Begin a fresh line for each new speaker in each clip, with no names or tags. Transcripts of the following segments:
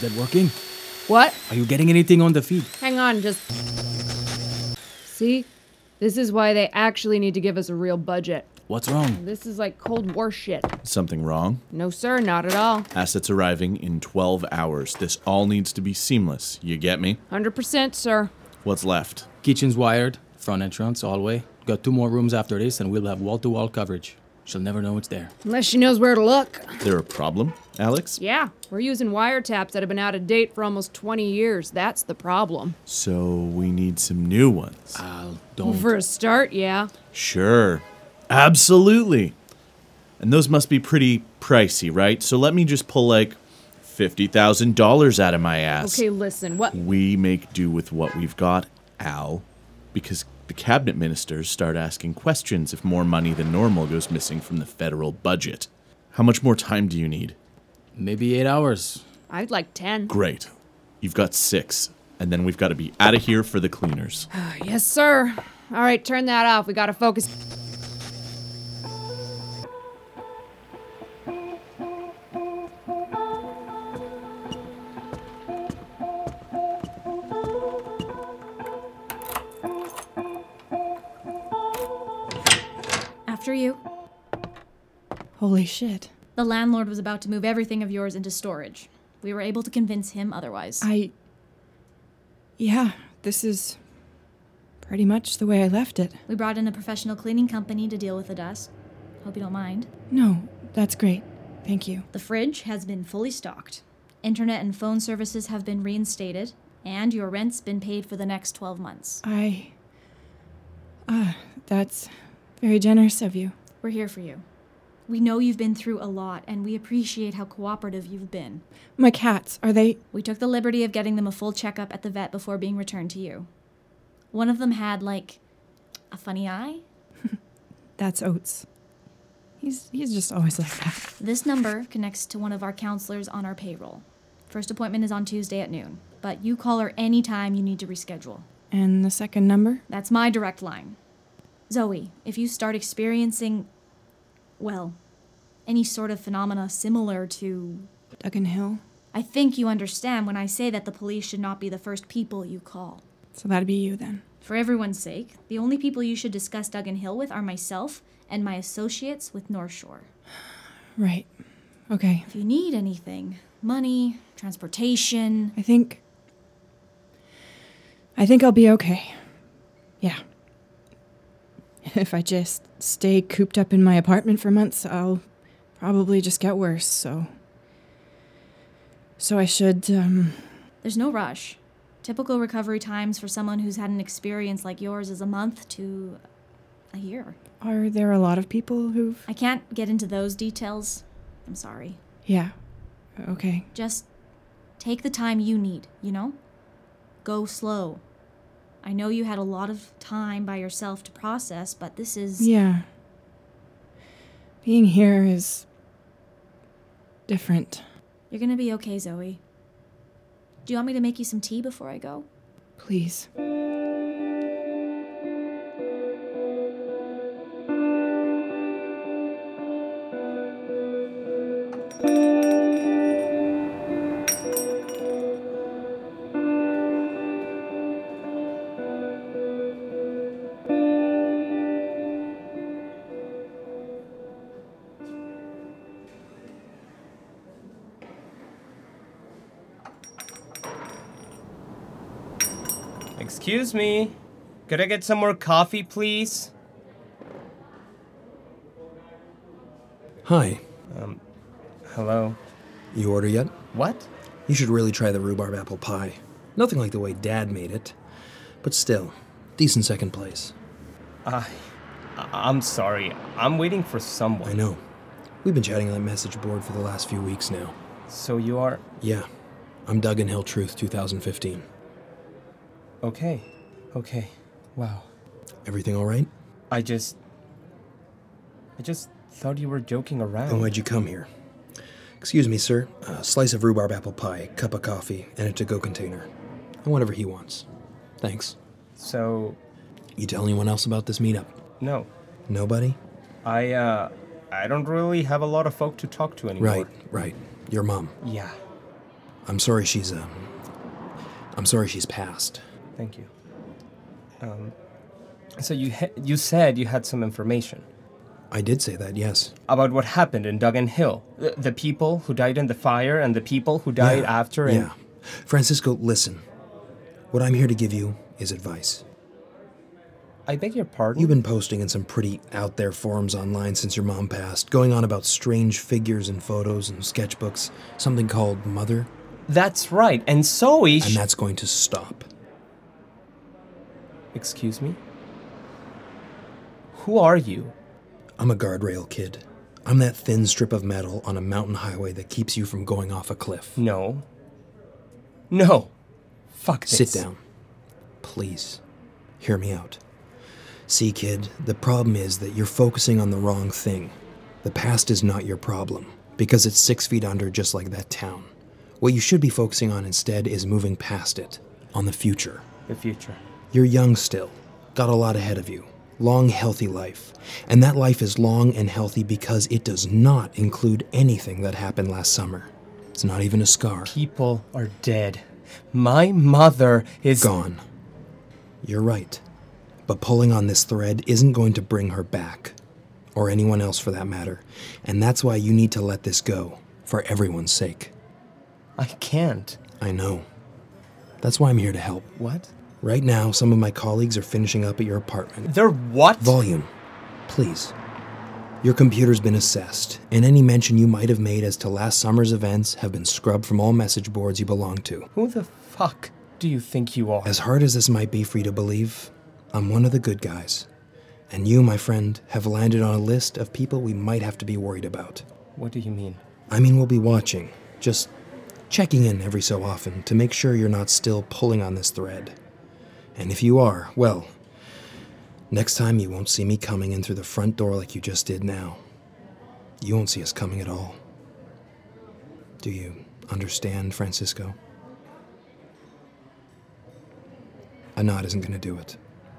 that working?
What?
Are you getting anything on the feed?
Hang on, just. See? This is why they actually need to give us a real budget.
What's wrong?
This is like Cold War shit.
Something wrong?
No, sir, not at all.
Assets arriving in 12 hours. This all needs to be seamless. You get me?
100%, sir.
What's left?
Kitchen's wired, front entrance, hallway. Got two more rooms after this, and we'll have wall to wall coverage. She'll never know it's there.
Unless she knows where to look.
There a problem, Alex?
Yeah, we're using wiretaps that have been out of date for almost 20 years. That's the problem.
So we need some new ones.
I'll don't.
For a start, yeah.
Sure. Absolutely. And those must be pretty pricey, right? So let me just pull like $50,000 out of my ass.
Okay, listen, what?
We make do with what we've got, Al, because the cabinet ministers start asking questions if more money than normal goes missing from the federal budget. How much more time do you need?
Maybe eight hours.
I'd like 10.
Great. You've got six, and then we've got to be out of here for the cleaners.
Uh, Yes, sir. All right, turn that off. We gotta focus.
After you.
Holy shit.
The landlord was about to move everything of yours into storage. We were able to convince him otherwise.
I. Yeah, this is pretty much the way I left it.
we brought in a professional cleaning company to deal with the dust. Hope you don't mind.
No, that's great. Thank you.
The fridge has been fully stocked. Internet and phone services have been reinstated, and your rent's been paid for the next 12 months.
I. Ah, that's very generous of you.
We're here for you. We know you've been through a lot, and we appreciate how cooperative you've been.
My cats, are they.
We took the liberty of getting them a full checkup at the vet before being returned to you. One of them had, like, a funny eye.
That's Oates. He's, he's just always like that.
This number connects to one of our counselors on our payroll. First appointment is on Tuesday at noon, but you call her anytime you need to reschedule.
And the second number?
That's my direct line. Zoe, if you start experiencing, well, any sort of phenomena similar to.
Duggan Hill.
I think you understand when I say that the police should not be the first people you call.
So that'd be you then.
For everyone's sake, the only people you should discuss Duggan Hill with are myself and my associates with North Shore.
Right. Okay.
If you need anything money, transportation,
I think. I think I'll be okay. Yeah. If I just stay cooped up in my apartment for months, I'll probably just get worse, so. So I should, um.
there's no rush. Typical recovery times for someone who's had an experience like yours is a month to a year.
Are there a lot of people who've.
I can't get into those details. I'm sorry.
Yeah. Okay.
Just take the time you need, you know? Go slow. I know you had a lot of time by yourself to process, but this is.
Yeah. Being here is. different.
You're gonna be okay, Zoe. Do you want me to make you some tea before I go?
Please.
Excuse me. Could I get some more coffee, please?
Hi.
Hello.
You order yet?
What?
You should really try the rhubarb apple pie. Nothing like the way Dad made it. But still, decent second place.
I, I- I'm sorry. I'm waiting for someone.
I know. We've been chatting on that message board for the last few weeks now.
So you are
Yeah. I'm Duggan Hill Truth 2015.
okay. Okay. Wow.
Everything all right?
I just I just thought you were joking around.
And Oh, why'd you come here? Excuse me, sir. A slice of rhubarb apple pie, a cup of coffee, and a to go container. And whatever he wants. Thanks.
So
You tell anyone else about this meetup?
no.
Nobody?
I uh I don't really have a lot of folk to talk to anymore.
Right, right. Your mom.
Yeah.
I'm sorry she's, um. I'm sorry she's passed.
Thank you. Um, so you ha- you said you had some information
I did say that, yes.
about what happened in Duggan Hill, the, the people who died in the fire and the people who died
Yeah,
after. And
Yeah. Francisco, listen. What I'm here to give you is advice.
I beg your pardon.
You've been posting in some pretty out there forums online since your mom passed, going on about strange figures and photos and sketchbooks, something called Mother,
That's right. And so is.
and that's going to stop.
Excuse me. Who are you?
I'm a guardrail kid. I'm that thin strip of metal on a mountain highway that keeps you from going off a cliff.
No. No. Fuck this.
Sit down. Please. Hear me out. See, kid, the problem is that you're focusing on the wrong thing. The past is not your problem, because it's six feet under just like that town. What you should be focusing on instead is moving past it, on the future.
The future.
You're young still, got a lot ahead of you. Long, healthy life. And that life is long and healthy because it does not include anything that happened last summer. It's not even a scar.
People are dead. My mother is
gone. You're right. But pulling on this thread isn't going to bring her back, or anyone else for that matter. And that's why you need to let this go, for everyone's sake.
I can't.
I know. That's why I'm here to help.
What?
Right now, some of my colleagues are finishing up at your apartment.
They're what?
Volume, please. Your computer's been assessed, and any mention you might have made as to last summer's events have been scrubbed from all message boards you belong to.
Who the fuck do you think you are?
As hard as this might be for you to believe, I'm one of the good guys. And you, my friend, have landed on a list of people we might have to be worried about.
What do you mean?
I mean, we'll be watching, just checking in every so often to make sure you're not still pulling on this thread. And if you are, well, next time you won't see me coming in through the front door like you just did now. You won't see us coming at all. Do you understand, Francisco? A nod isn't going to do it.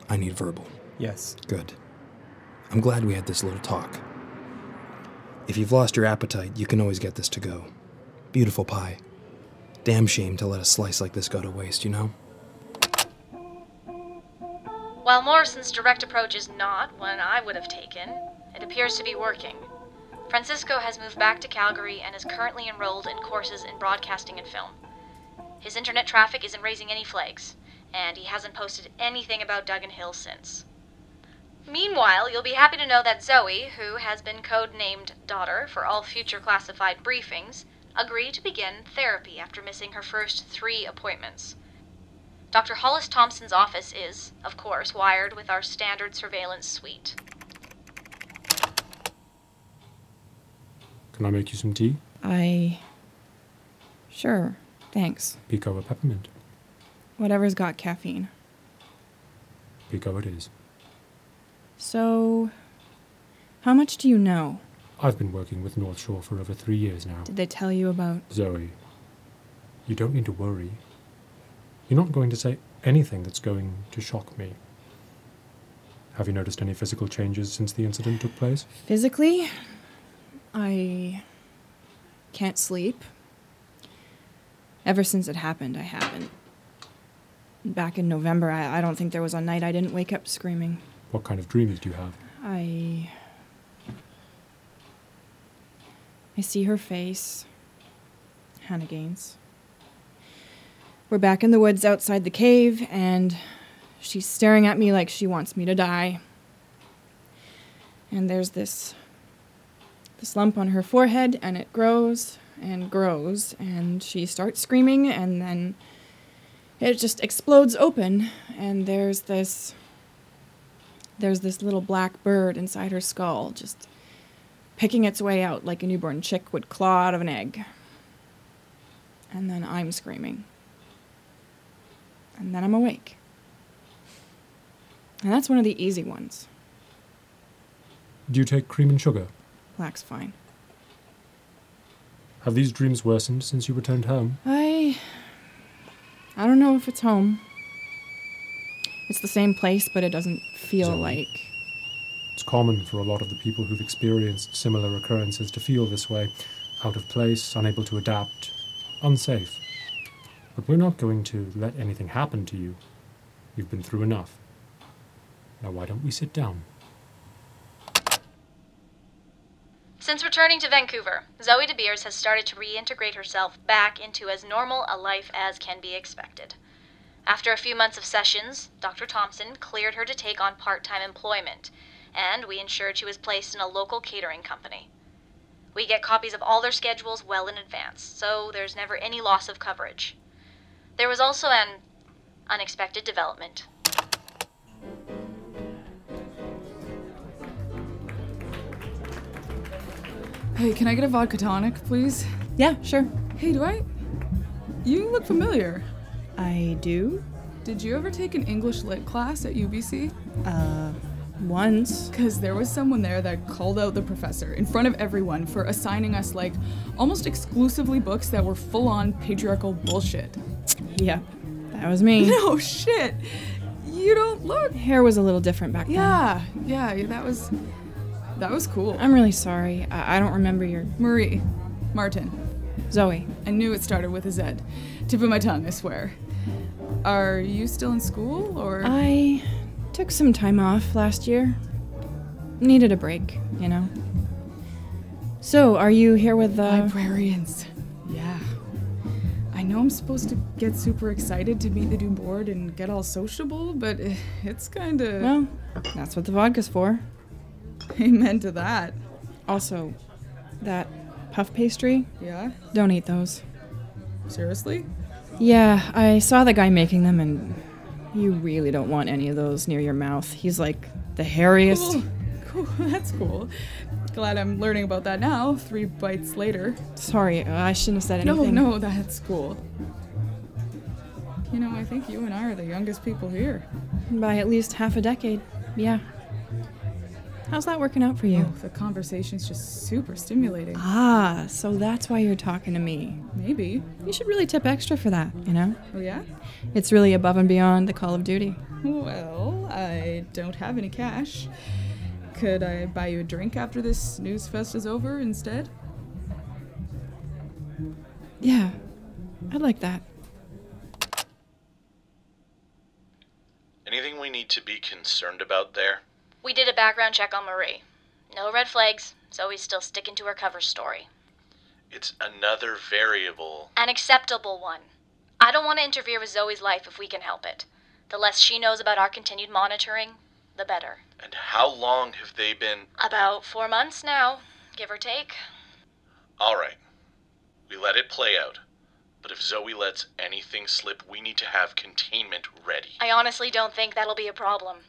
I need verbal.
Yes.
Good. I'm glad we had this little talk. If you've lost your appetite, you can always get this to go. Beautiful pie. Damn shame to let a slice like this go to waste, you know?
While Morrison's direct approach is not one I would have taken, it appears to be working. Francisco has moved back to Calgary and is currently enrolled in courses in broadcasting and film. His internet traffic isn't raising any flags, and he hasn't posted anything about Duggan Hill since. Meanwhile, you'll be happy to know that Zoe, who has been codenamed Daughter for all future classified briefings, agreed to begin therapy after missing her first three appointments. Dr. Hollis Thompson's office is, of course, wired with our standard surveillance suite.
Can I make you some tea?
I. Sure. Thanks.
Pico a peppermint.
Whatever's got caffeine.
Pico it is.
So. How much do you know?
I've been working with North Shore for over three years now.
Did they tell you about.
Zoe, you don't need to worry. You're not going to say anything that's going to shock me. Have you noticed any physical changes since the incident took place?
Physically? I. can't sleep. Ever since it happened, I haven't. Back in November, I, I don't think there was a night I didn't wake up screaming.
What kind of dreams do you have?
I. I see her face. Hannah Gaines. We're back in the woods outside the cave, and she's staring at me like she wants me to die. And there's this. this lump on her forehead, and it grows and grows, and she starts screaming, and then it just explodes open, and there's this there's this little black bird inside her skull, just picking its way out like a newborn chick would claw out of an egg. And then I'm screaming. And then I'm awake. And that's one of the easy ones.
Do you take cream and sugar?
Black's fine.
Have these dreams worsened since you returned home?
I. I don't know if it's home. It's the same place, but it doesn't feel
Zoe?
like.
It's common for a lot of the people who've experienced similar occurrences to feel this way out of place, unable to adapt, unsafe. But we're not going to let anything happen to you. You've been through enough. Now, why don't we sit down?
Since returning to Vancouver, Zoe De Beers has started to reintegrate herself back into as normal a life as can be expected. After a few months of sessions, Dr. Thompson cleared her to take on part time employment, and we ensured she was placed in a local catering company. We get copies of all their schedules well in advance, so there's never any loss of coverage. There was also an unexpected development.
Hey, can I get a vodka tonic, please?
Yeah, sure.
Hey, do I? You look familiar.
I do?
Did you ever take an English lit class at UBC?
Uh, once.
Because there was someone there that called out the professor in front of everyone for assigning us, like, almost exclusively books that were full on patriarchal bullshit.
Yep, that was me.
No shit! You don't look.
Hair was a little different back
Yeah, yeah, that was. That was cool.
then. I'm really sorry. I, I don't remember your.
Marie. Martin.
Zoe.
I knew it started with a Z. Tip of my tongue, I swear. Are you still in school or?
I took some time off last year. Needed a break, you know. So, are you here with the.
Librarians. Yeah. I know I'm supposed to get super excited to meet the new board and get all sociable, but eh, it's kind of.
Well, that's what the vodka's for.
amen to that.
Also, that puff pastry,
Yeah?
don't eat those.
Seriously?
Yeah, I saw the guy making them, and you really don't want any of those near your mouth. He's like the hairiest.
Cool. Cool. That's cool. Glad I'm learning about that now, three bites later. Oh,
Sorry, uh, I shouldn't have said anything.
No, no, that's cool. You know, I think you and I are the youngest people here.
no. By at least half a decade. Yeah. How's that working out for you?
Oh, the conversation's just super stimulating.
Ah, so that's why you're talking to me.
Maybe.
You should really tip extra for that, you know?
Oh, yeah?
It's really above and beyond the Call of Duty.
Well, I don't have any cash. Could I buy you a drink after this snooze fest is over instead?
Yeah, I'd like that.
Anything we need to be concerned about there?
We did a background check on Marie. No red flags. Zoe's still sticking to her cover story.
It's another variable.
An acceptable one. I don't want to interfere with Zoe's life if we can help it. The less she knows about our continued monitoring, the better.
And how long have they been?
About four months now, give or take.
All right. We let it play out. But if Zoe lets anything slip, we need to have containment ready.
I honestly don't think that'll be a problem.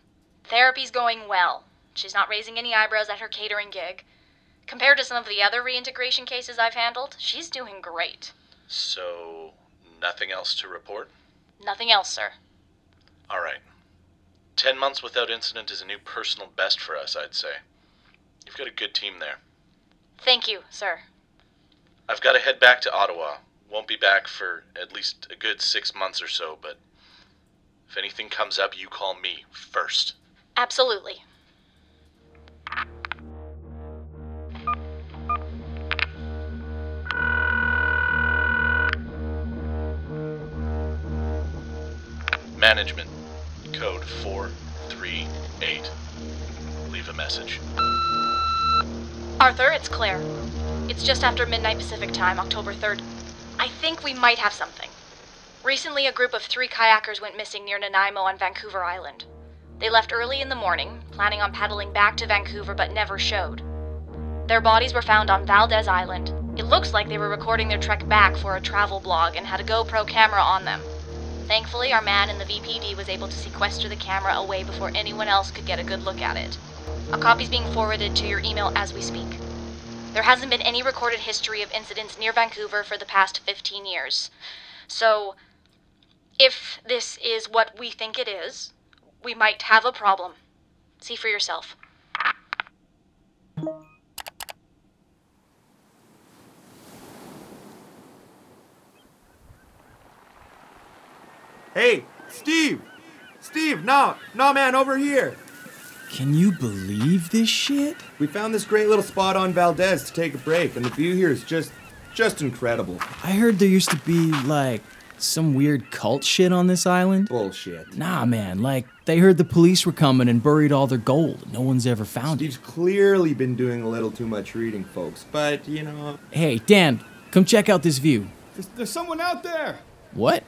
Therapy's going well. She's not raising any eyebrows at her catering gig. Compared to some of the other reintegration cases I've handled, she's doing great.
So, nothing else to report?
Nothing else, sir.
All right. Ten months without incident is a new personal best for us, I'd say. You've got a good team there.
Thank you, sir.
I've got to head back to Ottawa. Won't be back for at least a good six months or so, but if anything comes up, you call me first.
Absolutely.
Management, code 438. Leave a message.
Arthur, it's Claire. It's just after midnight Pacific time, October 3rd. I think we might have something. Recently, a group of three kayakers went missing near Nanaimo on Vancouver Island. They left early in the morning, planning on paddling back to Vancouver, but never showed. Their bodies were found on Valdez Island. It looks like they were recording their trek back for a travel blog and had a GoPro camera on them. Thankfully, our man in the VPD was able to sequester the camera away before anyone else could get a good look at it. A copy's being forwarded to your email as we speak. There hasn't been any recorded history of incidents near Vancouver for the past 15 years. So, if this is what we think it is, we might have a problem. See for yourself.
Hey, Steve! Steve, no, no, man, over here!
Can you believe this shit?
We found this great little spot on Valdez to take a break, and the view here is just, just incredible.
I heard there used to be like Some weird cult shit on this island?
Bullshit.
Nah, man, like, they heard the police were coming and buried all their gold. No one's ever found it.
Steve's clearly been doing a little too much reading, folks. But, you know.
Hey, Dan, come check out this view.
There's, there's someone out there.
What?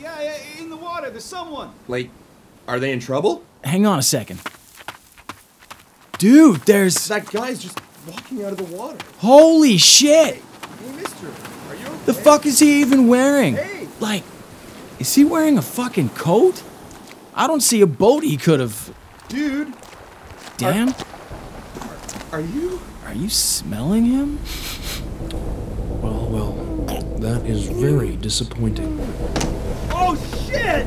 Yeah, yeah, in the water. There's someone.
Like, are they in trouble?
Hang on a second. Dude, there's.
That guy's just walking out of the water.
Holy shit!
Hey, mister, are you
The fuck is he even wearing?
Hey!
Like, is he wearing a fucking coat? I don't see a boat he could have.
Dude,
Dan?
are you.
Are you smelling him?
Well, well, that is very disappointing.
Oh shit!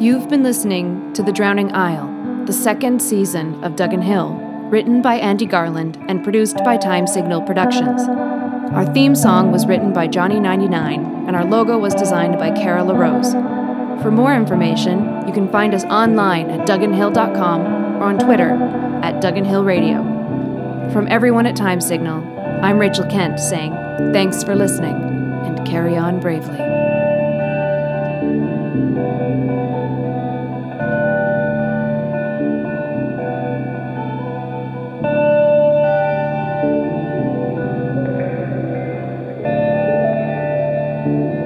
You've been listening to The Drowning Isle, the second season of Duggan Hill, written by Andy Garland and produced by Time Signal Productions. Our theme song was written by Johnny99, and our logo was designed by Kara LaRose. For more information, you can find us online at dugganhill.com or on Twitter at Duggan Hill Radio. From everyone at Time Signal, I'm Rachel Kent saying, thanks for listening, and carry on bravely.
Thank you.